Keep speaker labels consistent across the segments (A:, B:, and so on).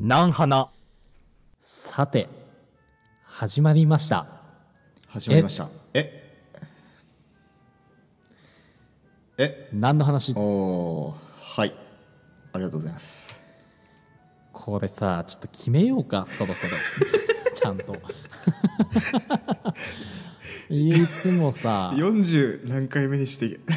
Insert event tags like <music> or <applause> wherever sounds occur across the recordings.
A: なんはな。
B: さて始まりました
C: 始まりましたええ
B: 何の話
C: おーはいありがとうございます
B: これさちょっと決めようかそろそ <laughs> ろちゃんと <laughs> いつもさ
C: 40何回目にして <laughs>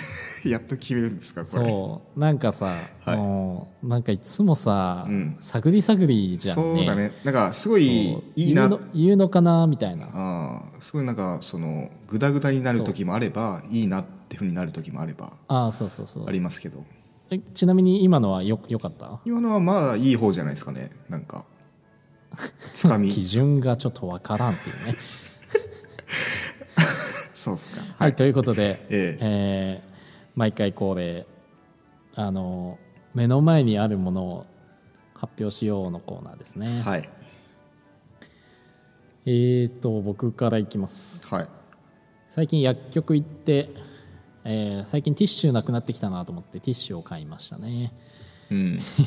C: やっと決めるんですかこれ
B: そうなんかさ、
C: はい
B: もうなんかいつもさ、
C: ん
B: 探り探りじゃんね
C: そうだねなんかすごい
B: そう
C: いいな
B: 言うの言うのかなみたいな
C: あーすごいなんかそのグダグダになる時もあればいいなってふうになる時もあれば
B: ああそうそうそう
C: ありますけど
B: えちなみに今のはよよかった
C: 今のはまあいい方じゃないですかねなんか
B: <laughs>
C: つかみ
B: 基準がちょっとわからんっていうね
C: そうっすか
B: はい、ということで、
C: ええ
B: えー毎回恒例あの目の前にあるものを発表しようのコーナーですね、
C: はい
B: えーと僕からいきます
C: はい
B: 最近薬局行って、えー最近ティッシュなくなってきたなと思ってティッシュを買いましたね <laughs>
C: うん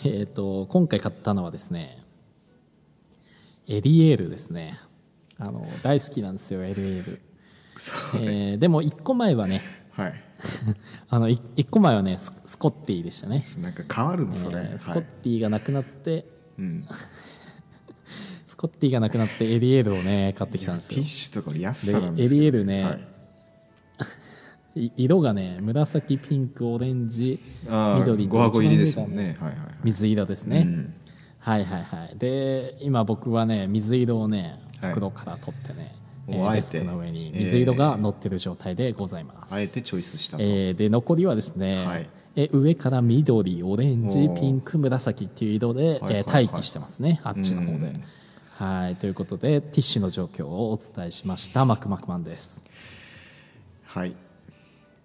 B: えーと今回買ったのはですねエリエールですねあの大好きなんですよエリエール、
C: そう
B: えーでも1個前はね
C: はい
B: あのい一個前はねススコッティでしたね、
C: なんか変わるのそれ、
B: えースコ
C: は
B: ッ
C: い、
B: ティがなくなって
C: うん、
B: スコッティがなくなってエリエールをね買ってきたんです
C: ティ
B: よ
C: ッシュとかの安さなん
B: で
C: で
B: エ
C: すけど
B: リエールね、
C: はい
B: い色がね紫ピンクオレンジ
C: ああ
B: 緑
C: 5箱入りです
B: 一番
C: も
B: 上
C: ん
B: が
C: ねはいはいはい
B: 水色ですね、
C: うん
B: はいはいはいで今僕はね水色をね
C: はい
B: 袋から取ってね、
C: お
B: えー
C: あ
B: デ
C: えて
B: スクの上に水色が乗ってる状態でございます、
C: あえてチョイスしたと、
B: えーで残りはですね、
C: はい
B: え上から緑オレンジ
C: おー
B: ピンク紫っていう色で、
C: はいはい
B: えー
C: はい
B: 待機してますねあっちの方
C: う
B: で
C: ん。
B: はいということでティッシュの状況をお伝えしましたマクマクマンです。
C: はい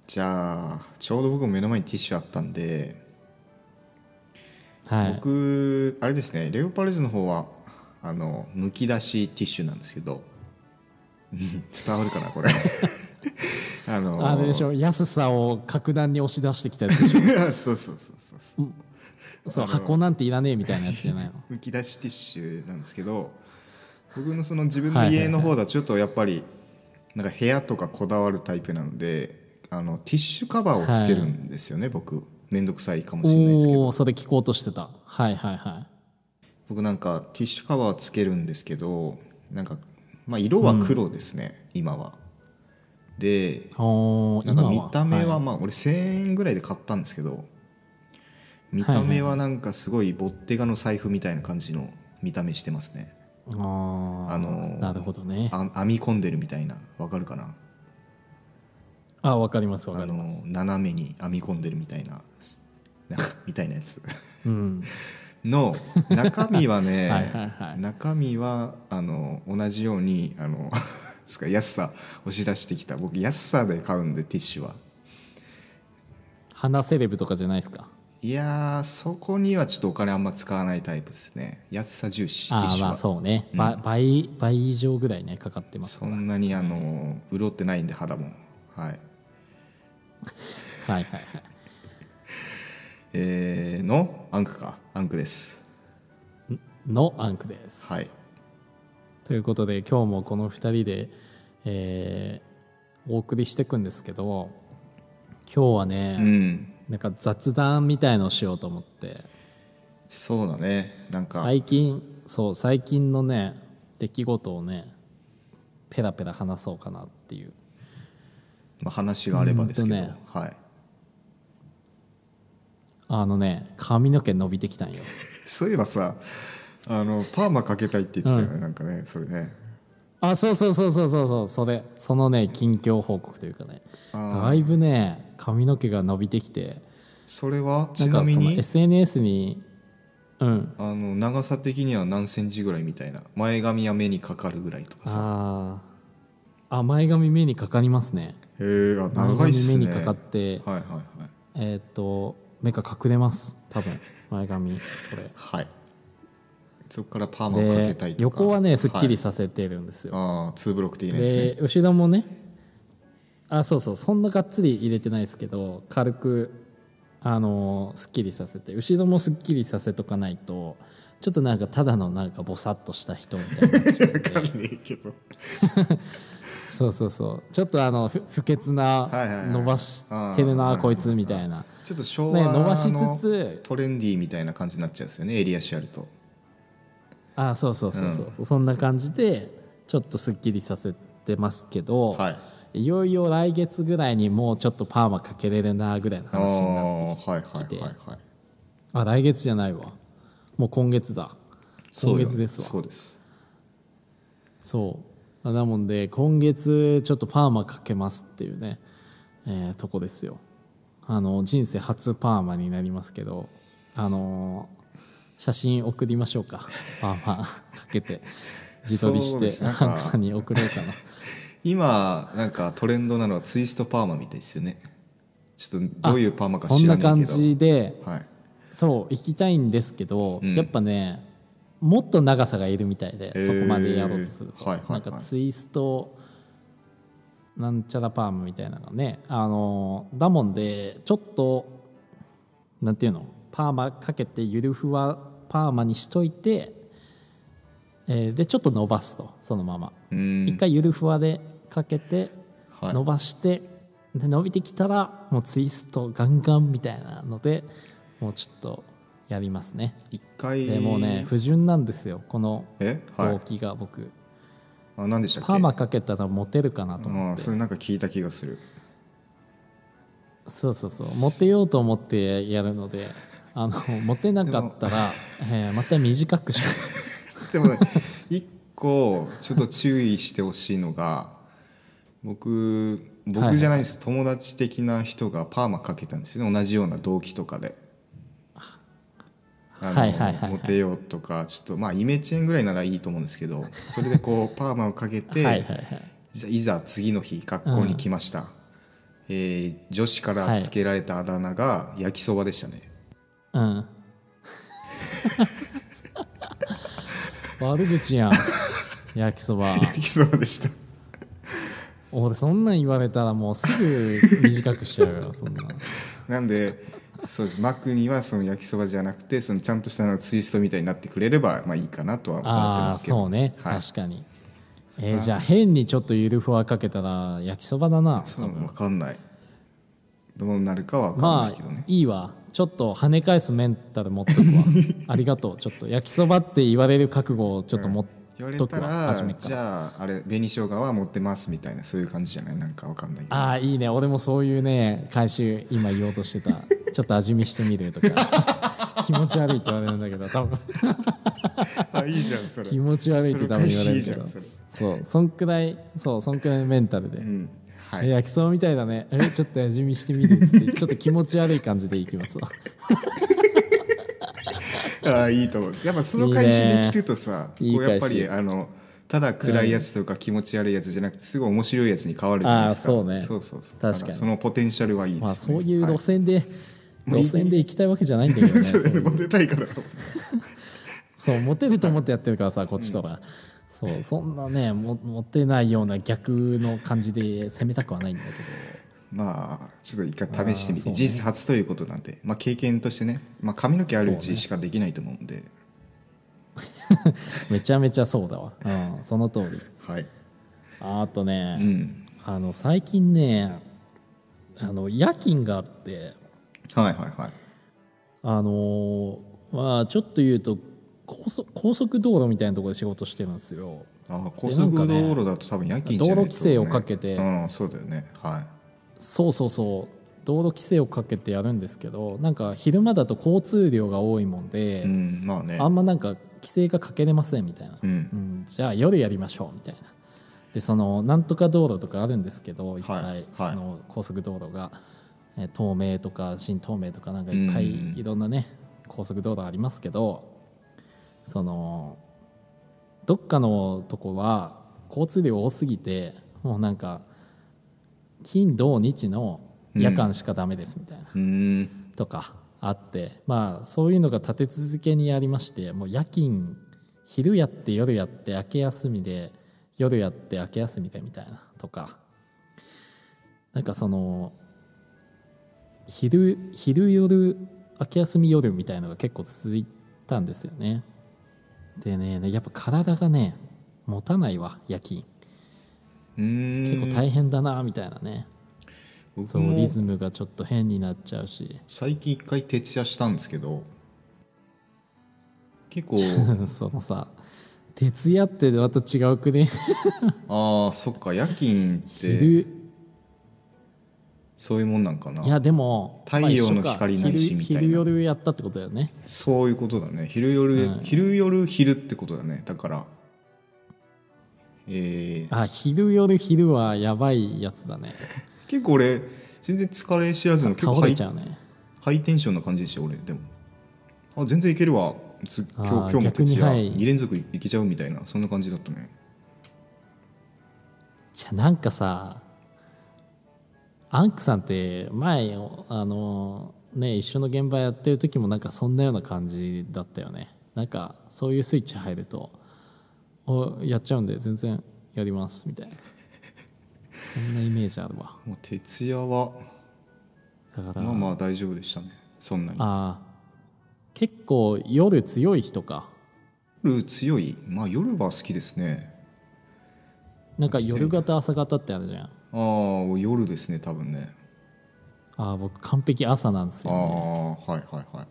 C: じゃあちょうど僕も目の前にティッシュあったんで、
B: はい、
C: 僕あれですねレオパレスの方はあのむき出しティッシュなんですけど <laughs> うん伝わるかなこ
B: <laughs>
C: れあの
B: あれでしょ安さを格段に押し出してきたやつでし
C: <laughs> そうそうそうそう
B: ょそう
C: あの
B: 箱なんていらねえみたいなやつじゃ
C: <laughs>
B: ないの
C: むき出しティッシュなんですけど僕のその自分
B: はいは
C: の
B: いはい
C: 家の方だとちょっとやっぱりなんか部屋とかこだわるタイプなのであのティッシュカバーをつけるんですよね、僕めんどくさいかもしれないですけ
B: お
C: ど
B: おーそれ聞こうとしてたはいはいはい
C: 僕なんかティッシュカバーをつけるんですけどなんか、まあ、色は黒ですね、今はで
B: おー
C: なんか
B: 今
C: 見た目は
B: はい
C: まあ俺1000円ぐらいで買ったんですけど見た目はなんかすごいボッテガの財布みたいな感じの見た目してますね
B: あー
C: あのー
B: なるほどね
C: あ編み込んでるみたいなわかるかな
B: あわかりますわか
C: あ
B: り
C: の
B: ます、
C: 斜めに編み込んでるみたいななんかみたいなやつ <laughs>
B: うん、
C: の中身は
B: <laughs>
C: ね
B: はいはいはい
C: 中身はあの同じようにあの <laughs> ですか安さ押し出してきた僕安さで買うんでティッシュは
B: 花セレブとかじゃないですか
C: いやーそこにはちょっとお金あんま使わないタイプですね安さ重視ティッ
B: ああ
C: シュ
B: ま
C: は
B: あそうね、ば倍倍以上ぐらいねかかってます
C: そ
B: から
C: んなにあの潤ってないんで肌もはい
B: はいはいはい
C: えー、のアンクかアンクです
B: のアンクです、
C: はい
B: ということで今日もこの2人で、えーお送りしていくんですけど今日はね、
C: うん
B: なんか雑談みたいのをしようと思って
C: そうだねなんか、
B: 最近そう最近のね出来事をねペラペラ話そうかなっていう
C: まあ、話があればですけど、
B: うんとね
C: はい <laughs>
B: あのね髪の毛伸びてきたんよ
C: そういえばさあのパーマかけたいって言ってたよね、なんかねそれね
B: あそうそうそうそうそうそうそれそのね近況報告というかねだいぶね髪の毛が伸びてきて
C: それは
B: な
C: ち
B: ん
C: な
B: か
C: み
B: その
C: に
B: SNS にうん
C: あの長さ的には何センチぐらいみたいな前髪や目にかかるぐらいとかさ
B: あーあ前髪目にかかりますね
C: へえあ長いっすね
B: 前髪目にかかって
C: はいはいはい
B: えーっ、と目が隠れます多分前髪こ
C: <laughs>
B: れ
C: はいそこからパーマをかけた
B: で
C: いとか
B: 横はねすっきり
C: はい
B: させてるんですよ、
C: ああ2ブロック的なやつね
B: で後ろもねあそうそうそんながっつり入れてないですけど軽くあのすっきりさせて後ろもすっきりさせとかないとちょっとなんかただのなんかぼさっとした人みたいにな
C: <laughs>
B: っちゃうん
C: わかん
B: で
C: ねえけど
B: そうそうそうちょっとあのふ不潔な
C: はいはいはい
B: 伸ばしてる
C: あ
B: な
C: ー
B: こいつみたいな、
C: ちょっと昭
B: ね、
C: 和
B: 伸ばし
C: の
B: つつ
C: トレンディーみたいな感じになっちゃうんですよねエリアシやると
B: あーそうそうそうそう、そんな感じでちょっとすっきりさせてますけど、
C: はい
B: いよいよ来月ぐらいにもうちょっとパーマかけれるなぐらいの
C: ああ
B: 話になって
C: ーはい
B: き
C: はい
B: て
C: はいはい
B: あ来月じゃないわもう今月だ
C: そ
B: 今
C: うよ
B: 月ですわそう
C: そうです
B: あなもんで今月ちょっとパーマかけますっていうね、えーとこですよあの人生初パーマになりますけどあのー写真送りましょうかパーマかけて自撮り
C: そ
B: し
C: うです
B: て
C: なんか
B: ハンクさんに送ろうかな
C: 今なんかトレンドなのはツイストパーマみたいですよねちょっとどういうパーマか
B: そん
C: 知ら
B: な
C: ない
B: 感
C: けど
B: じで
C: はい
B: そう行きたいんですけど、
C: うん
B: やっぱねもっと長さがいるみたいで、
C: へー
B: そこまでやろうとすると、
C: はいはいはい
B: なんかツイストなんちゃらパームみたいなのがねあのだもんでちょっとなんていうのパーマかけてゆるふわパーマにしといて、えーでちょっと伸ばすとそのまま
C: うーん
B: 一回ゆるふわでかけて
C: はい
B: 伸ばして、で伸びてきたらもうツイストガンガンみたいなのでもうちょっとやりますね
C: 一回
B: でもうね不純なんですよこの
C: えは
B: 動
C: い
B: 機が僕、
C: あ何でしたっけ
B: パーマかけたらモテるかなと思
C: あ
B: っ
C: あ
B: て
C: それなんか聞いた気がする
B: そうそうそうモテようと思ってやるの <laughs> であのモテなかったら、 <laughs> えーまた短くします
C: でもね一個ちょっと注意してほしいのが僕僕じゃないんです、友達的な人がパーマかけたんですよね同じような動機とかで。あの
B: はいはいはいはい
C: モテようとかちょっとまあイメチェンぐらいならいいと思うんですけどそれでこうパーマをかけ
B: <laughs>
C: て、
B: はいはいはい
C: いざいざ次の日学校に来ました、えー女子からつけられたあだ名が焼きそばでしたね、
B: うん <laughs> 悪口やん焼きそば
C: 焼きそばでした
B: 俺そんなん言われたらもうすぐ短くしちゃう
C: <laughs>
B: よそんな
C: なんでそうですマクにはその焼きそばじゃなくてそのちゃんとしたのツイストみたいになってくれればまあいいかなとは思って
B: ああ
C: ますけど
B: そうね、
C: はい、
B: 確かにえーじゃあ変にちょっとゆるふわかけたら焼きそばだな
C: そう分かんないどうなるかは分かんな
B: ま
C: いけどね
B: あ、いいわちょっと跳ね返すメンタル持っ
C: <laughs>
B: とくわありがとうちょっと焼きそばって言われる覚悟をちょっと持っ
C: 言われ
B: と
C: た
B: くわ、初め
C: ら
B: か
C: じ
B: ら
C: ゃああれ紅生姜は持ってますみたいなそういう感じじゃないなんか分かんないけど
B: ああいいね俺もそういうね回収今言おうと
C: <laughs>
B: してたちょっと味見してみるとか気持ち悪いって言われるんだけど多分
C: あ <laughs> いいじゃんそれ
B: 気持ち悪いって多分言われるけど
C: それおかしいじゃんそれ
B: そうそんくらいそうそんくらいのメンタルで、
C: うんは
B: え
C: い
B: 焼きそばみたいだねえちょっと味見してみるっつって <laughs> ちょっと気持ち悪い感じでいき <laughs> ますわ
C: あいいと思うやっぱその開始できるとさ
B: いいね
C: こうやっぱ
B: いい
C: り
B: 返
C: あのただ暗いやつとか気持ち悪いやつじゃなくてすごい面白いやつに変わるじゃないですか
B: あーそうね
C: そうそうそう
B: 確かに
C: だらそのポテンシャルはいいですね
B: まあそういう
C: はい
B: 路線で、
C: もういい
B: 路線で行きたいわけじゃないんだけどね <laughs>
C: <laughs> そ
B: そう
C: れで
B: いう
C: モテた
B: <laughs>
C: いからだもん
B: そうモテると思ってやってるからさこっちとら、そうそんなねもモテないような逆の感じで攻めたくはないんだけ <laughs> ど
C: まあちょっと一回試してみ
B: あーそ
C: て
B: うね
C: 人生初ということなんで、まあ、経験としてね、まあ、髪の毛あるうちしかできないと思うんで、
B: めちゃめちゃそうだわ、うん、その通り
C: はい、
B: あとね、
C: うん、
B: あの最近ねあの夜勤があって
C: はいはいはい
B: あのーまあちょっと言うと高速高速道路みたいなところで仕事してるんですよ
C: あー高速道路だと多分夜勤じゃない
B: 道路
C: と
B: 規制をかけて
C: うんそうだよねは
B: そうそうそう道路規制をかけてやるんですけどなんか昼間だと交通量が多いもんで、
C: い、うん、まあね
B: あんまなんか規制がかけれませんみたいな、
C: うん
B: うんじゃあ夜やりましょうみたいなでそのなんとか道路とかあるんですけどいっぱい、
C: はいはい
B: あの高速道路がえー東名とか新東名とかなんかいっぱ
C: うんうん
B: いいろんなね高速道路ありますけどそのどっかのとこは交通量多すぎてもうなんか金土日の夜間しかダメですみたいな、
C: うん
B: とかあってまあそういうのが立て続けにありましてもう夜勤昼やって夜やって明け休みで夜やって明け休みでみたいなとかなんかその昼昼夜明け休み夜みたいのが結構続いたんですよねでねやっぱ体がね持たないわ夜勤
C: うーん
B: 結構大変だなみたいなね、
C: 僕
B: そうリ
C: も
B: ズムがちょっと変になっちゃうし
C: 最近一回徹夜したんですけど結
B: <laughs>
C: 構
B: そのさ徹夜ってまた違うくね
C: ああそっか夜勤って
B: 昼
C: そういうもんなんかない
B: やでも
C: 太陽の
B: まあ
C: 光
B: 一緒か
C: ないし
B: 昼
C: みたいな
B: 昼夜やったってことだよね
C: そういうことだね昼夜、
B: うん
C: 昼夜昼ってことだねだからえー、
B: あ昼夜昼はやばいやつだね
C: 結構俺全然疲れ知らずの結構
B: 倒
C: ハ
B: れ
C: イ
B: ちゃうね
C: ハイテンションな感じでした俺でもあ全然いけるわつ今日
B: あー
C: 今日も
B: 逆
C: 徹
B: に
C: 夜、
B: はい
C: 2連続いけちゃうみたいなそんな感じだったね
B: じゃあなんかさアンクさんって前あのね一緒の現場やってる時もなんかそんなような感じだったよねなんかそういうスイッチ入ると「おやっちゃうんで全然やります」みたいなそんなイメージあるわ
C: もう徹夜は
B: だから、
C: まあまあ大丈夫でしたねそんなに
B: あー結構夜強い人か
C: 夜強いまあ夜は好きですね
B: なんか夜型朝型ってあるじゃん
C: ああ夜ですね多分ね
B: あー僕完璧朝なんです
C: あ
B: よね
C: あはいはいはい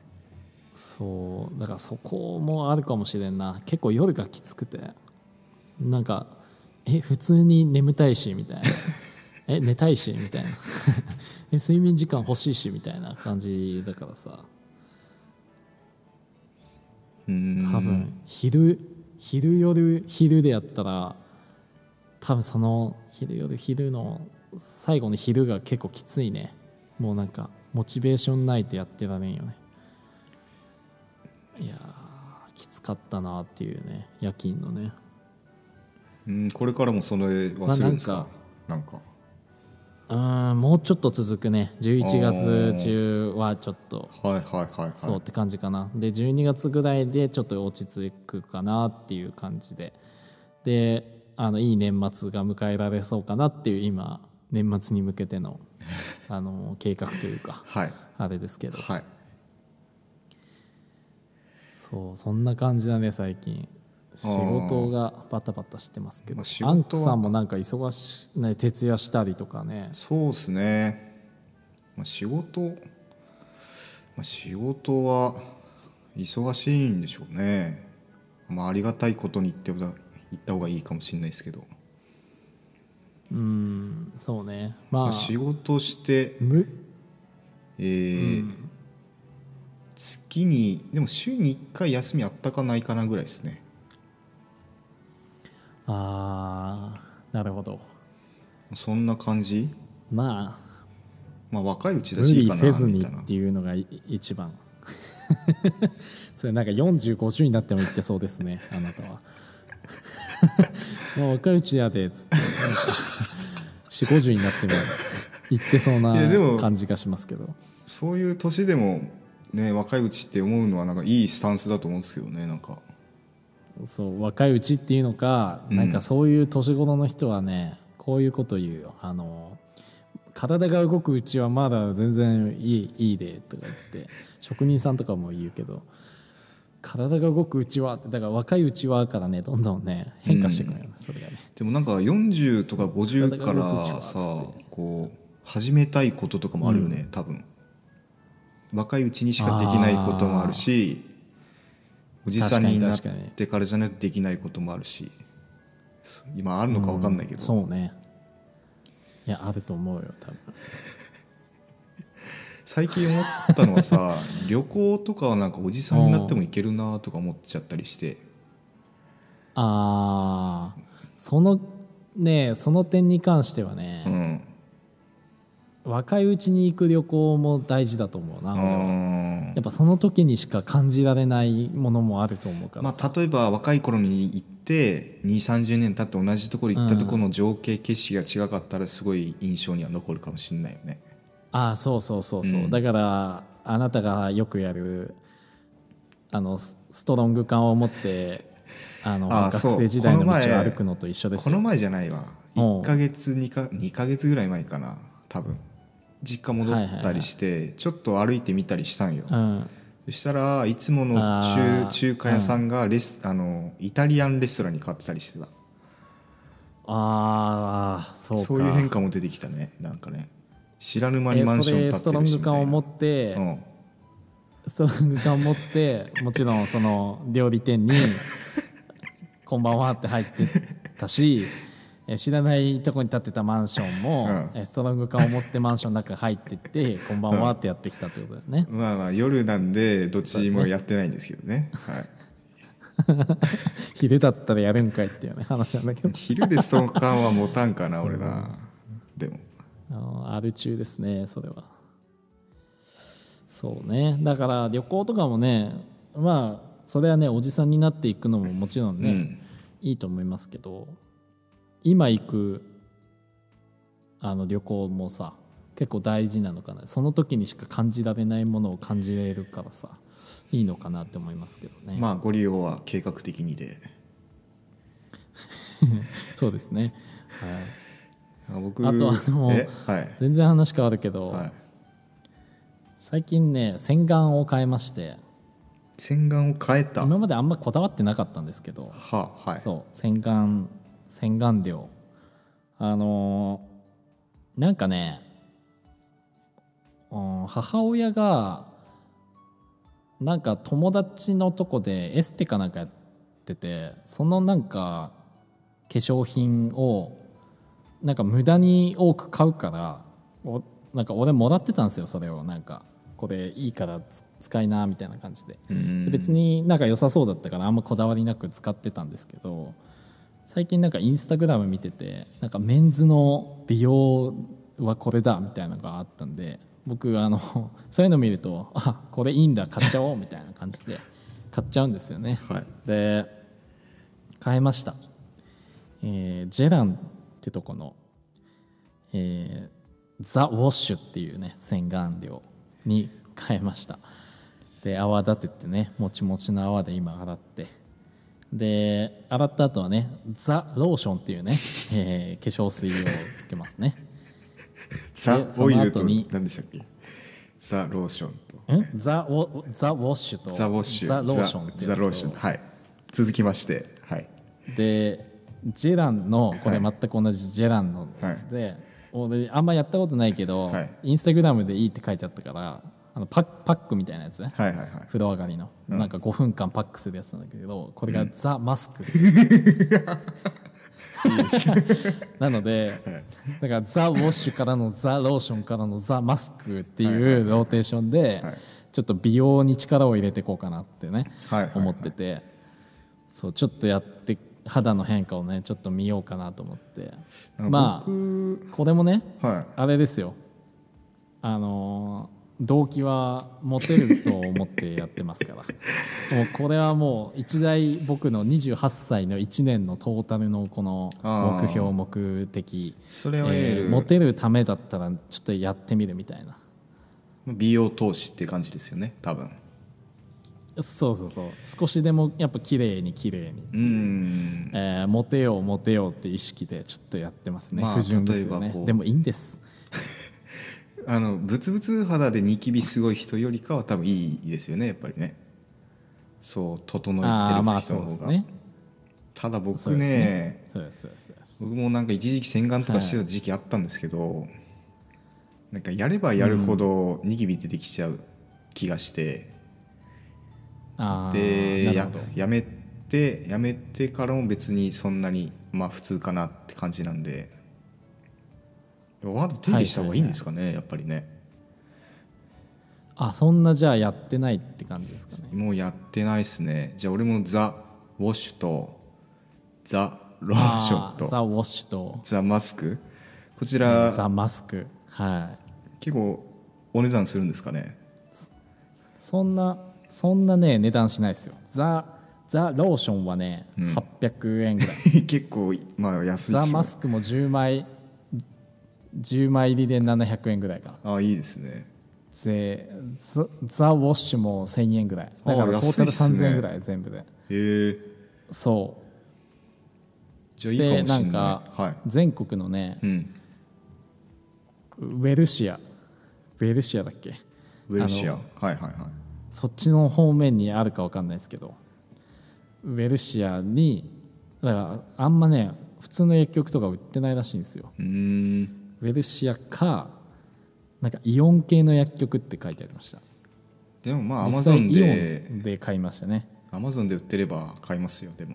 B: そうだからそこもあるかもしれんな結構夜がきつくてなんかえ普通に眠たいしみたいなえ寝たいしみたいな <laughs> え睡眠時間欲しいしみたいな感じだからさ
C: うーん
B: 多分昼昼夜昼でやったら多分その昼夜昼の最後の昼が結構きついねもうなんかモチベーションないとやってられんよねいやーきつかったなっていうね夜勤のね
C: うんこれからもそれはするんですか,、なんか
B: うーんもうちょっと続くね11
C: おー
B: 月中はちょっと
C: はいはいはいはい
B: そうって感じかなで12月ぐらいでちょっと落ち着くかなっていう感じでであのいい年末が迎えられそうかなっていう今年末に向けて
C: <laughs>
B: のあの計画というか
C: はい
B: あれですけど
C: はい
B: そうそんな感じだね最近仕事がバタバタしてますけど、
C: まあ仕事は
B: アンクさんもなんか忙しい、ね、徹夜したりとかね
C: そうですね、まあ、仕事、まあ、仕事は忙しいんでしょうね、まあ、ありがたいことに言ってもだ言った方がいいかもしれないですけど、
B: うんそうね
C: ま
B: ま
C: あ、
B: あ
C: 仕事して、
B: む
C: えー月にでも週に1回休みあったかないかなぐらいですね
B: あーなるほど
C: そんな感じ、
B: まあ
C: まあ、若いうちだ
B: 無
C: しいい
B: 理
C: か
B: せ
C: な
B: ず
C: み
B: に
C: たいな
B: っていうのがい一番 <laughs> それなんか4050になっても言ってそうですねあなたは <laughs> もう若いうちやでっつって450になっても言ってそうない
C: やでも
B: 感じがしますけど
C: そういう年でも、ね、若いうちって思うのはなんかいいスタンスだと思うんですけどねなんか
B: そう若いうちっていうのか、
C: うん
B: なんかそういう年頃の人はねこういうこと言うよあの体が動くうちはまだ全然いいいいでとか言って職人さんとかも言うけど体が動くうちはだから若いうちはからねどんどんね変化してくるよね、それがね
C: でもなんか40とか50か
B: 体が動
C: ら
B: く
C: さ
B: 力
C: こう始めたいこととかもあるよね、多分若いうちにしかできないこともあるしおじさんになっ
B: 確かに確かに
C: てからじゃないとできないこともあるしそ今あるのか分かんないけど、
B: そうねいやあると思うよ多分
C: 最近思ったの
B: <laughs>
C: はさ旅行とかはなんかおじさんになっても行けるなとか思っちゃったりして
B: あーそのねその点に関してはね、
C: うん
B: 若いうちに行く旅行も大事だと思うな、
C: う
B: 俺は
C: ん
B: やっぱその時にしか感じられないものもあると思うから
C: ま
B: さ、
C: あ、例えば若い頃に行って2 3 0年経って同じところ行ったところの情景景色が違かったらすごい印象には残るかもしれないよね。
B: ああそうそうそうそう、
C: うん
B: だからあなたがよくやるあのスストロング感を持ってあの
C: あー
B: 学
C: そう
B: 生時代の
C: こ
B: 道
C: の
B: を
C: 前
B: 歩くのと一緒です
C: こ
B: よ
C: の前じゃないわ
B: うん
C: 1ヶ月2か2ヶ月ぐらい前かな多分実家戻ったりして、ちょっと歩いてみたりしたんよ、
B: うん
C: そしたらいつもの
B: あー
C: 中中華屋さんがレス、あのイタリアンレストランに変わってたりしてた
B: ああそう
C: そう
B: か
C: いう変化も出てきたねなんかね知らぬ間にマンション
B: え
C: 建
B: ー
C: っ
B: そ
C: て
B: れ
C: る
B: ストロング
C: しみた
B: 感を
C: い
B: 持
C: な
B: って、
C: うん
B: ストロング感を持ってもちろんその料理店に「こんばんは」って入ってたしえ知らないとこに建ってたマンションも、
C: うん
B: えストロング感を持ってマンションの中入ってって「こんばんは」ってやってきたってことだよね。 <laughs>
C: まあまあ夜なんでどっちもやってないんですけどね、はい、
B: 昼だったらやるんかいっていうね話なんだけど
C: 昼でストロング感は持たんかな俺なでも
B: ある中ですねそれはそうねだから旅行とかもねまあそれはねおじさんになっていくのももちろんね、
C: うん
B: いいと思いますけど今行くあの旅行もさ結構大事なのかなその時にしか感じられないものを感じれるからさいいのかなって思いますけどね、
C: まあご利用は計画的にで
B: そうですね、はい、
C: あ僕
B: あとあの
C: えはい
B: 全然話変わるけど、
C: はい
B: 最近ね洗顔を変えまして
C: 洗顔を変えた
B: 今
C: は
B: まであんまこだわってなかったんですけど、
C: はい
B: そう洗顔洗顔料あのーなんかね、うん、母親がなんか友達のとこでエステかなんかやっててそのなんか化粧品をなんか無駄に多く買うからおなんか俺もらってたんですよそれをなんかこれいいからつ使いなみたいな感じで。
C: うん
B: 別になんか良さそうだったからあんまこだわりなく使ってたんですけど最近なんかインスタグラム見ててなんかメンズの美容はこれだみたいなのがあったんで僕あの <laughs> そういうの見るとあこれいいんだ買っちゃおうみたいな感じで買っちゃうんですよね
C: はい
B: で買いました、えージェランってとこの、えーザ・ウォッシュっていうね洗顔料に変えましたで泡立ててねもちもちの泡で今洗ってで洗った後はねザ・ローションっていうね、えー化粧水をつけますね
C: ザ
B: で・そ
C: オイ
B: の
C: ル
B: 後
C: と
B: に
C: 何でしたっけザ・ローションと
B: んザ・ウォザ・ウォッシュと
C: ザ・ウォッシュ
B: ザ・ローションってやつと
C: ザ・ローションはい続きましてはい
B: でジェランのこれ
C: は
B: 全
C: い
B: く同じジェランのやつで、俺あんまやったことないけど、
C: はい
B: インスタグラムでいいって書いてあったからあのパッパックみたいなやつね、
C: はいはいはい
B: 風呂上がりの、なんか5分間パックするやつなんだけどこれがザ・マス
C: <laughs>
B: ク、なので、だからザ・ウォッシュからのザ・ローションからのザ・マスクっていうローテーションで、
C: はい
B: ちょっと美容に力を入れていこうかなってね、
C: はいはいはい
B: 思っててそうちょっとやって肌の変化をねちょっと見ようかなと思って
C: な
B: ま
C: んか
B: あ
C: 僕
B: これもね
C: はい
B: あれですよあのー動機はモテると思ってやって
C: <laughs>
B: ますからもうこれはもう一大僕の28歳の1年のトータルのこの
C: あー
B: 目標目的
C: それを得
B: え
C: る
B: ーモテるためだったらちょっとやってみるみたいな
C: 美容投資って感じですよね多分
B: そうそうそう少しでもやっぱ綺麗に綺麗に、
C: うん
B: えーモテようモテようっていう意識でちょっとやってますね、
C: まあ
B: 不純ですよ
C: 例えば
B: ね
C: こう
B: でもいいんです
C: あのブツブツ肌でニキビすごい人よりかは多分いいですよねやっぱりねそう整えて
B: ああー
C: る
B: まあ
C: 人
B: そ
C: の
B: うで
C: 方
B: す
C: が、
B: ね
C: ただ僕
B: そう
C: ね
B: ですねそうですそうですそうです
C: 僕もなんか一時期洗顔とかしてた時期あったんですけど、なんかやればやるほどニキビ出てきちゃう気がして、
B: ああ
C: で
B: な
C: や
B: るほど
C: やめてやめてからも別にそんなにまあ普通かなって感じなんでお肌手入れした方がいいんですかね、やっぱりね
B: あそんなじゃあやってないって感じですかね
C: もうやってないっすねじゃあ俺もザ・ウォッシュとザ・ローショ
B: あー
C: ンと
B: ザ・ウォッシュと
C: ザ・マスクこちら
B: ザ・マスクはい
C: 結構お値段するんですかね <laughs>
B: そんなそんなね値段しないですよザ・ザ・ローションはね、
C: ん
B: 800円ぐらい
C: 結構まあ安いで
B: ザ・
C: す
B: マ
C: ね
B: スクも10枚10枚入りで700円ぐらいかな
C: あいいですね
B: でザ・ザウォッシュも1000円ぐらいだから
C: あ
B: ト
C: あ
B: ータル
C: 安いっすね
B: 3000円ぐらい全部で
C: へえ
B: そ
C: じゃあ
B: う
C: いいかもし
B: で
C: れな
B: ないんか
C: はい
B: 全国のね
C: うん
B: ウェルシアウェルシアだっけ
C: ウェルシアはいはいはい
B: そっちの方面にあるか分かんないですけどウェルシアにだからあんまね普通の薬局とか売ってないらしいんですよ
C: うーん
B: ウェルシアかなんかイオン系の薬局って書いてありました
C: でもまあアマ
B: 実
C: ゾ
B: 際
C: ンで
B: イオンで買いましたね
C: アマゾンで売ってれば買いますよでも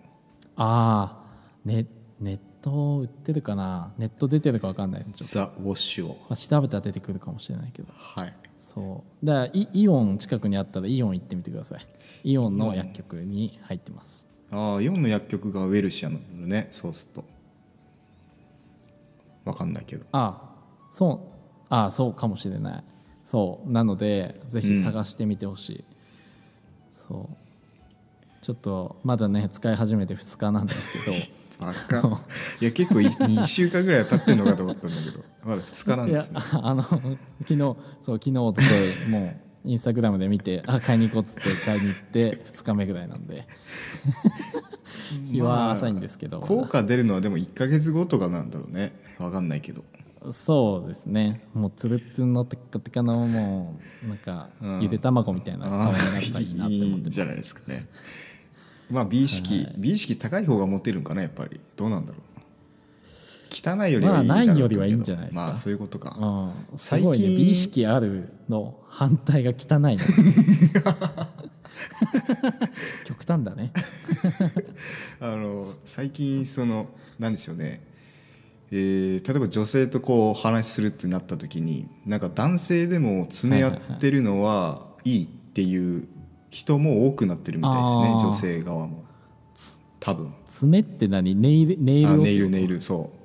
B: ああねネット売ってるかなネット出てるか分かんないですちょっと
C: ザ・ウォッシュを
B: まあ、調べたら出てくるかもしれないけど
C: はい
B: そうだからイイオン近くにあったらイオン行ってみてくださいイオンの薬局に入ってます
C: ああイオンの薬局がウェルシアなんだねそうするとわかんないけど
B: ああそうああそうかもしれないそうなのでぜひ探してみてほしい、そうちょっとまだね使い始めて2日なんです
C: <laughs>
B: けど
C: バカ <laughs> いや結構2週間ぐらいは経ってんのかと思ったんだけどまだ2日なん
B: い
C: で
B: や
C: すね
B: あの昨日そう昨日おとといもうインスタグラムで見てあ買いに行こうっつって買いに行って2日目ぐらいなん
C: <laughs>
B: で日は浅いんですけど、
C: 効果出るのはでも1か月後とかなんだろうねわかんないけど
B: そうですねもうつるっつるのテッカテカのもうなんか
C: うん
B: ゆで卵みたいな顔になったらいいなって思っ
C: いいん
B: て
C: じゃ
B: ま
C: ない
B: す
C: ですかねまあ美意識、美意識高い方がモテるんかなやっぱりどうなんだろう汚いよりはいいだろう
B: まあないよりはいいんじゃないですか
C: まあそういうことか、
B: うん、す
C: 最
B: ごいね
C: 近
B: 美意識あるの反対が汚いな
C: <laughs>
B: 極端だね
C: あの最近そのなんでしょうね、えー例えば女性とこう話しするってなった時になんか男性でも爪やってるのはいいっていう人も多くなってるみたいですね
B: あー
C: 女性側も多分
B: 爪って何ネイルネイル
C: あ
B: を
C: ネイルネイルそう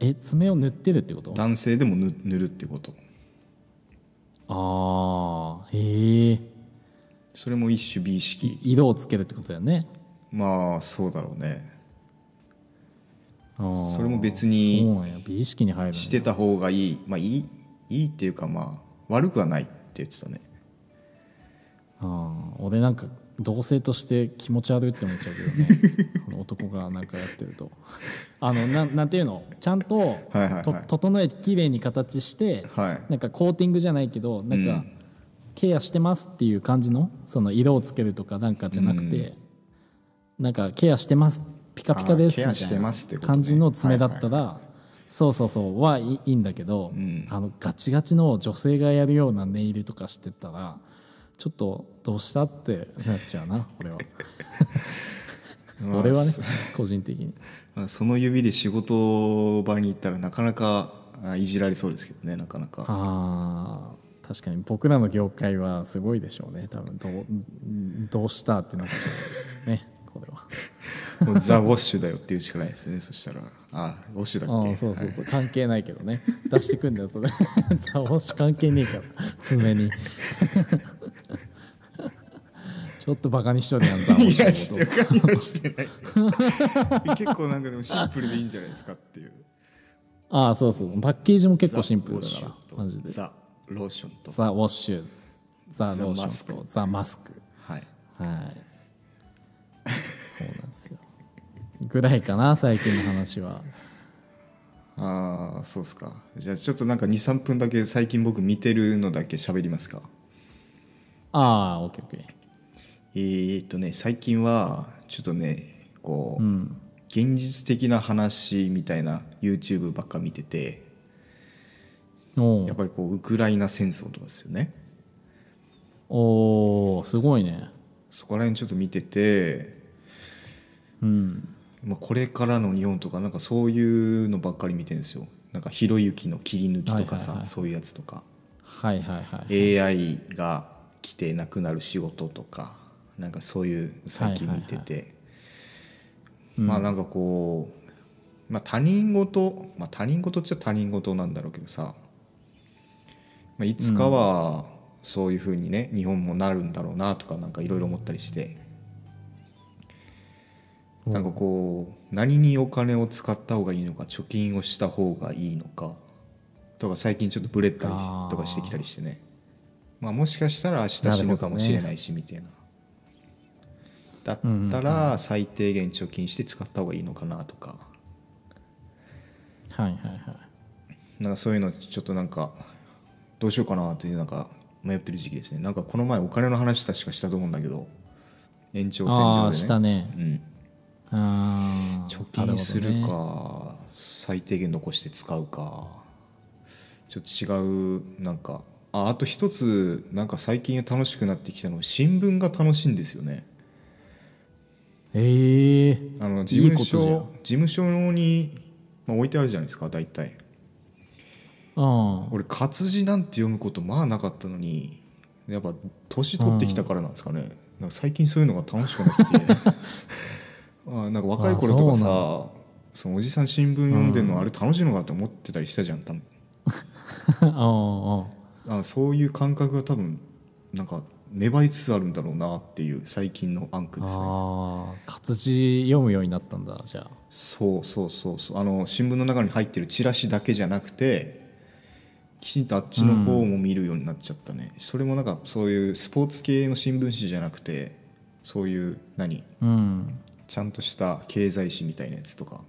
B: え爪を塗ってるってことあ
C: 男性でも塗塗るってこと
B: あーへえ
C: それも一種美意識
B: 色をつけるってことだよね
C: まあそうだろうね
B: そ
C: それも別
B: そ
C: に
B: うなんや美意識に入るんだ
C: してた方がいいまあいいいいっていうかまあ悪くはないって言ってたね
B: うん、俺なんか同性として気持ち悪いって思っちゃうけ
C: <laughs>
B: どねあの男がなんかやってるとあのなんなんていうのちゃんと
C: いはいはい
B: と整えて綺麗に形して
C: はい
B: なんかコーティングじゃないけどなん
C: う
B: か
C: ん
B: ケアしてますっていう感じのその色をつけるとかなんかじゃなくて、なんかケアしてますピカピカですみ
C: あーケアしてますったて
B: い
C: こ
B: な
C: とね
B: 感じの爪だったら、そうそうそうはいいいんだけど、
C: ん
B: あのガチガチの女性がやるようなネイルとかしてたらちょっとどうしたってなっちゃうな俺は
C: <laughs> まあ
B: 俺はね
C: そ
B: 個人的に
C: まあその指で仕事場に行ったらなかなかあいじられそうですけどねなかなか
B: あー確かに僕らの業界はすごいでしょうね多分どうどうしたってなっちゃうねこれは。
C: もうザ・ウォッシュだよって言うしかないですねそしたらあウォッシュだっ
B: あ
C: け
B: あそうそうそう関係ないけどね出してくんだよそれザワシ関係ねえから爪にちょっとバカにしとるやんザワ
C: はいい
B: シの
C: や
B: こ
C: してないいやしてない結構なんかでもシンプルでいいんじゃないですかっていう
B: とああそうそうパッケージも結構シンプルだ
C: ザウォ
B: か
C: ッシュ
B: ら
C: と
B: マジで
C: ザ・ローションと
B: ザ・ウォッシュザ・ロー
C: ザマ
B: シ
C: ス
B: ョンと
C: ク
B: ザ・マスク
C: はい
B: はいそうなんですよぐらいかな最近の話は
C: ああそうっすかじゃあちょっとなんか23分だけ最近僕見てるのだけ喋りますか
B: ああオッケーオッケー
C: えー、っとね最近はちょっとねこう、
B: うん
C: 現実的な話みたいな YouTube ばっか見てて
B: お
C: や
B: ー
C: っぱりこうウクライナ戦争とかですよね
B: おーすごいね
C: そこら辺ちょっと見てて、
B: うん
C: まあ、これからの日本とかなんかそういうのばっかり見てるんですよなんかひろゆきの切り抜きとか
B: は
C: さ、
B: いはいはい
C: そういうやつとか
B: はいはいはい
C: AI が来てなくなる仕事とかなんかそういう最近見てて、まあなんかこう、まあ、他人事、まあ、他人事っちゃ他人事なんだろうけどさ、まあ、いつかはそういうふうにね日本もなるんだろうなとかなんかいろいろ思ったりして。なんかこう何にお金を使った方がいいのか貯金をした方がいいのかとか最近ちょっとブレったり
B: あー
C: とかしてきたりしてねまあもしかしたら明日死ぬかもしれないしみたいなだったら最低限貯金して使った方がいいのかなとか
B: はいはいはい
C: なんかそういうのちょっとなんかどうしようかなというなんか迷ってる時期ですねなんかこの前お金の話確かしたと思うんだけど延長線
B: あ
C: 上
B: あ
C: で
B: した
C: ね
B: ね
C: うん、
B: あー
C: 貯
B: な
C: 金
B: ほど
C: する
B: ね
C: か最低限残して使うかちょっと違うなんかああと一つなんか最近楽しくなってきたのは新聞が楽しいんですよね
B: ええ
C: あの事
B: いい
C: 務
B: ことじゃん
C: 所事務所に、まあ、置いてあるじゃないですか大体 <laughs>
B: うん
C: 俺活字なんて読むことまあなかったのにやっぱ年取ってきたからなんですかね、なんか最近そういうのが楽しくなって
B: <laughs>
C: きてあなんか若い頃とかさ
B: あ
C: そのおじさん新聞読んでんのあれ楽しいのかって思ってたりしたじゃん多分
B: うんうん
C: あそういう感覚が多分なんか芽生えつつあるんだろうなっていう最近のアンクですね
B: ああ活字読むようになったんだじゃあ
C: そうそうそうそうあの新聞の中に入ってるチラシだけじゃなくてきちんとあっちの方も見るようになっちゃったね、それもなんかそういうスポーツ系の新聞紙じゃなくてそういう何
B: うん
C: ちゃんとした経済誌みたいなやつとか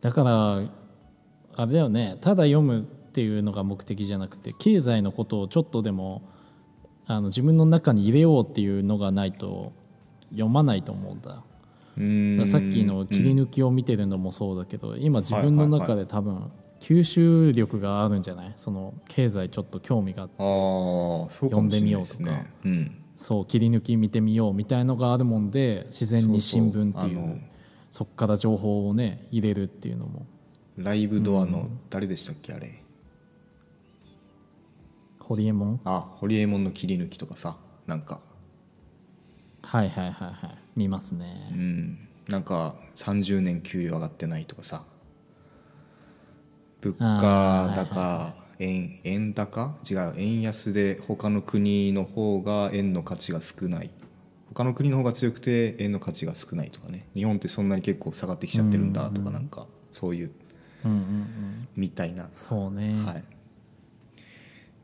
B: だからあれだよねただ読むっていうのが目的じゃなくて経済のことをちょっとでもあの自分の中に入れようっていうのがないと読まないと思うんだ
C: うーん
B: さっきの切り抜きを見てるのもそうだけど、今自分の中で多分吸収力があるんじゃないその経済ちょっと興味があって
C: あーそうかもしれないです
B: 読んで
C: ねうん
B: そう切り抜き見てみようみたいのがあるもんで自然に新聞っていう
C: そうそうあの
B: そっから情報をね入れるっていうのも
C: ライブドアの誰でしたっけあれ
B: ホリエモン
C: あホリエモンの切り抜きとかさなんか
B: はいはいはいはい見ます
C: う
B: ね
C: んなんか30年給料上がってないとかさ物
B: あ
C: 価
B: ー
C: 高円円高違う円安で他の国の方が円の価値が少ない他の国の方が強くて円の価値が少ないとかね日本ってそんなに結構下がってきちゃってるんだとかなんかそういう
B: うんうんうん
C: みたいな
B: そうね、
C: はい、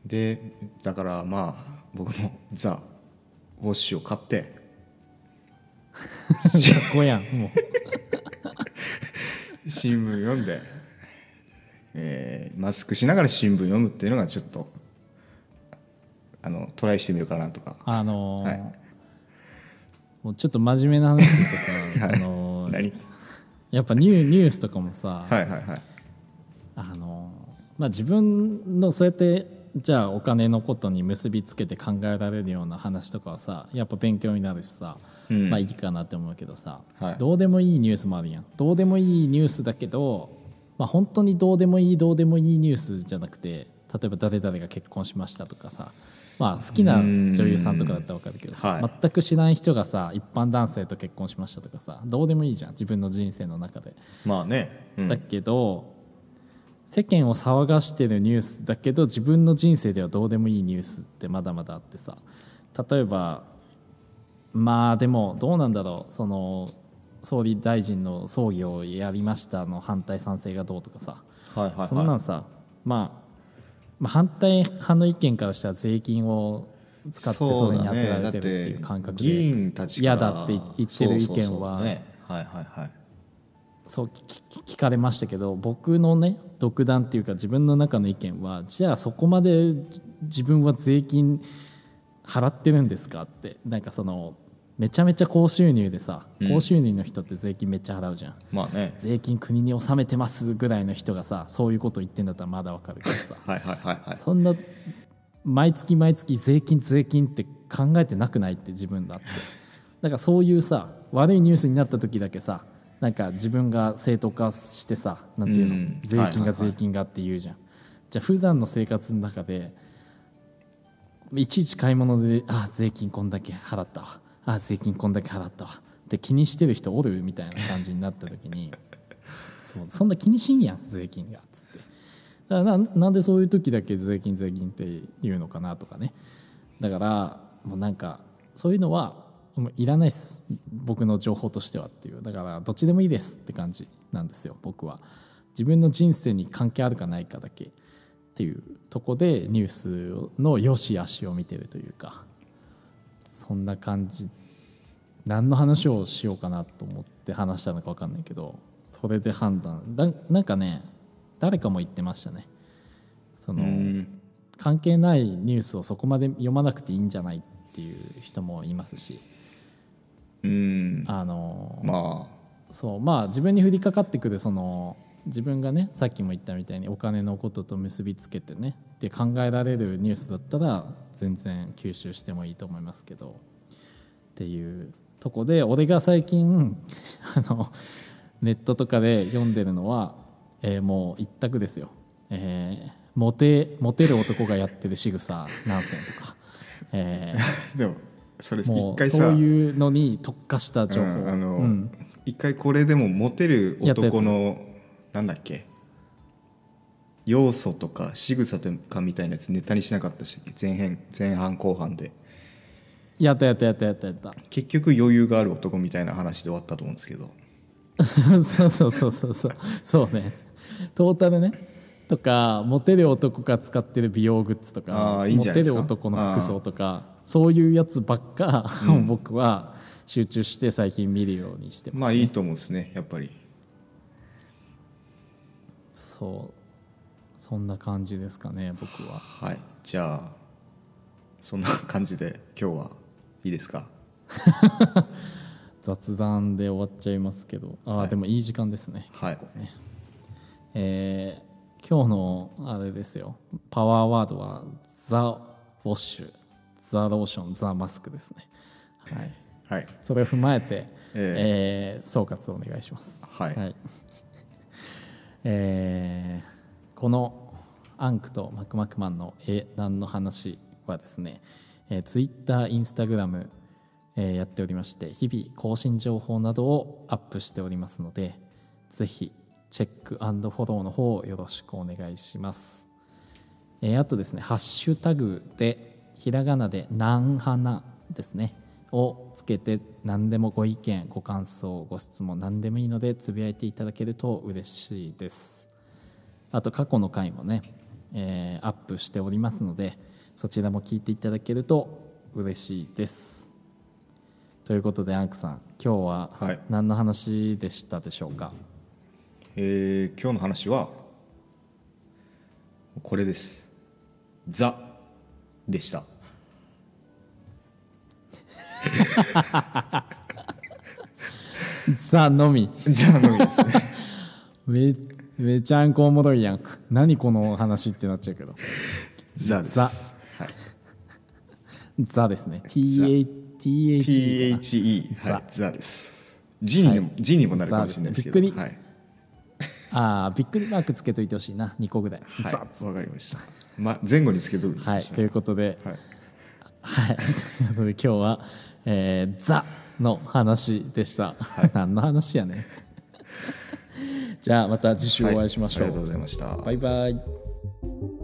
C: でだからまあ僕もザ・ウォッシュを買って <laughs>
B: 学校やんもう
C: 新聞読んで、えーマスクしながら新聞読むっていうのがちょっとあのトライしてみようかなとか
B: あのー
C: はい
B: もうちょっと真面目な話すると
C: <laughs>
B: さ、その
C: 何
B: やっぱニューニュースとかもさ、
C: はいはいはい
B: あのまあ、自分のそうやってじゃあお金のことに結びつけて考えられるような話とかはさやっぱ勉強になるしさ、
C: うん
B: まあいいかなって思うけどさ、
C: はい
B: どうでもいいニュースもあるやんどうでもいいニュースだけど、まあ、本当にどうでもいいどうでもいいニュースじゃなくて例えば誰々が結婚しましたとかさまあ好きな女優さんとかだったら分かるけど
C: うん
B: さ、
C: はい
B: 全く知らん人がさ一般男性と結婚しましたとかさどうでもいいじゃん自分の人生の中で。
C: まあね、うん
B: だけど、世間を騒がしてるニュースだけど自分の人生ではどうでもいいニュースってまだまだあってさ例えばまあでもどうなんだろうその総理大臣の葬儀をやりましたの反対賛成がどうとかさ
C: はいはいはい
B: そんなんさ、まあ、まあ反対派の意見からしたら税金を使ってそれに当てられてるっていう感覚で
C: そうだねだって議員たちから
B: 嫌だって言ってる意見は
C: そうそうそうねはいはいはい
B: そう聞聞かれましたけど僕のね独断っていうか自分の中の意見はじゃあそこまで自分は税金払ってるんですかってなんかそのめちゃめちゃ高収入でさ、高収入の人って税金めっちゃ払うじゃん
C: まあね
B: 税金国に納めてますぐらいの人がさそういうこと言ってんだったらまだわかるけどさ
C: はいはいはいはい
B: そんな毎月毎月税金税金って考えてなくないって自分だってだからそういうさ悪いニュースになった時だけさなんか自分が正当化してさなんていうの、
C: うん
B: 税金
C: はいはいは
B: が
C: い
B: 税金がって言うじゃん、じゃあ普段の生活の中でいちいち買い物であ税金こんだけ払ったわあ税金こんだけ払ったわって気にしてる人おるみたいな感じになった時にそうそんな気にしんやん税金がつってだからななんでそういう時だけ税金税金って言うのかなとかねだからもうなんかそういうのはもういらないです僕の情報としてはっていうだからどっちでもいいですって感じなんですよ僕は自分の人生に関係あるかないかだけっていうとこでニュースの良し悪しを見てるというかそんな感じ何の話をしようかなと思って話したのか分かんないけどそれで判断だなんかね誰かも言ってましたねそうの、
C: ん
B: 関係ないニュースをそこまで読まなくていいんじゃないっていう人もいますし
C: うん
B: あの、
C: まあ <laughs>
B: そうまあ自分に降りかかってくるその自分がねさっきも言ったみたいにお金のことと結びつけてねって考えられるニュースだったら全然吸収してもいいと思いますけどっていうとこで俺が最近 <laughs> あのネットとかで読んでるのは、えーもう一択ですよ、えーモテモテる男がやってる仕草何選とか、え
C: でもそれ
B: ーも
C: <laughs> 一
B: う
C: 回
B: そう
C: さ
B: いうのに特化した情報、
C: うんあの
B: うん
C: 一回これでもモテる男のなんだっけ要素とか仕草とかみたいなやつネタにしなかったでしたっけ前編前半後半で
B: やったやったやったやったやった
C: 結局余裕がある男みたいな話で終わったと思うんですけど
B: <laughs> そうそうそうそうそうそうねトータルねとかモテる男が使ってる美容グッズと
C: あ
B: か
C: ーいいん
B: モ
C: じゃな
B: テ
C: いです
B: る
C: か
B: 男の服装とかそういうやつばっか、僕は集中して最近見るようにしてます、
C: まあいいと思うんですねやっぱり
B: そうそんな感じですかね僕は
C: はいじゃあそんな感じで今日はいいですか
B: 雑談で終わっちゃいますけどあー、
C: はい
B: でもいい時間ですね
C: はい
B: えー今日のあれですよパワーワードはザ・ウォッシュザ・ローションザ・マスクですねはい
C: はい
B: それを踏まえて、え
C: え
B: ー総括をお願い <laughs> します。
C: はい
B: えーこのアンクとマクマクマンの「えなんの話」はですね、えー、Twitter、Instagram、えーやっておりまして日々更新情報などをアップしておりますのでぜひチェックフォローの方をよろしくお願いします。えーあとですね、ハッシュタグで、ひらがなで、なんはなですね、をつけて、何でもご意見、ご感想、ご質問、何でもいいので、つぶやいていただけると嬉しいです。あと、過去の回もね、えーアップしておりますので、そちらも聞いていただけると嬉しいです。ということで、アンクさん、今日
C: は
B: はい何の話でしたでしょうか、
C: えー今日の話はこれです「ザ」でした
B: さあ、のみ。
C: 「ザ」のみですね
B: <laughs> めめちゃんこおもろいやん何この話ってなっちゃうけど
C: 「ザ」です
B: ザ
C: はい、
B: ザですね THE
C: THE
B: ザ
C: はい「ザ」です「字にも」字にもなるかもしれないですけど
B: ザですね
C: はい
B: ああびっくりマークつけといてほしいな2個ぐらい、ザ
C: はい、わかりました、ま、前後につけとくんです
B: はいということで
C: はい、
B: はい、 <laughs> ということで今日は、えーザの話でした、 <laughs> 何の話や
C: <laughs>
B: ねじゃあまた次週お会いしましょう、
C: はいありがとうございました
B: バイバイ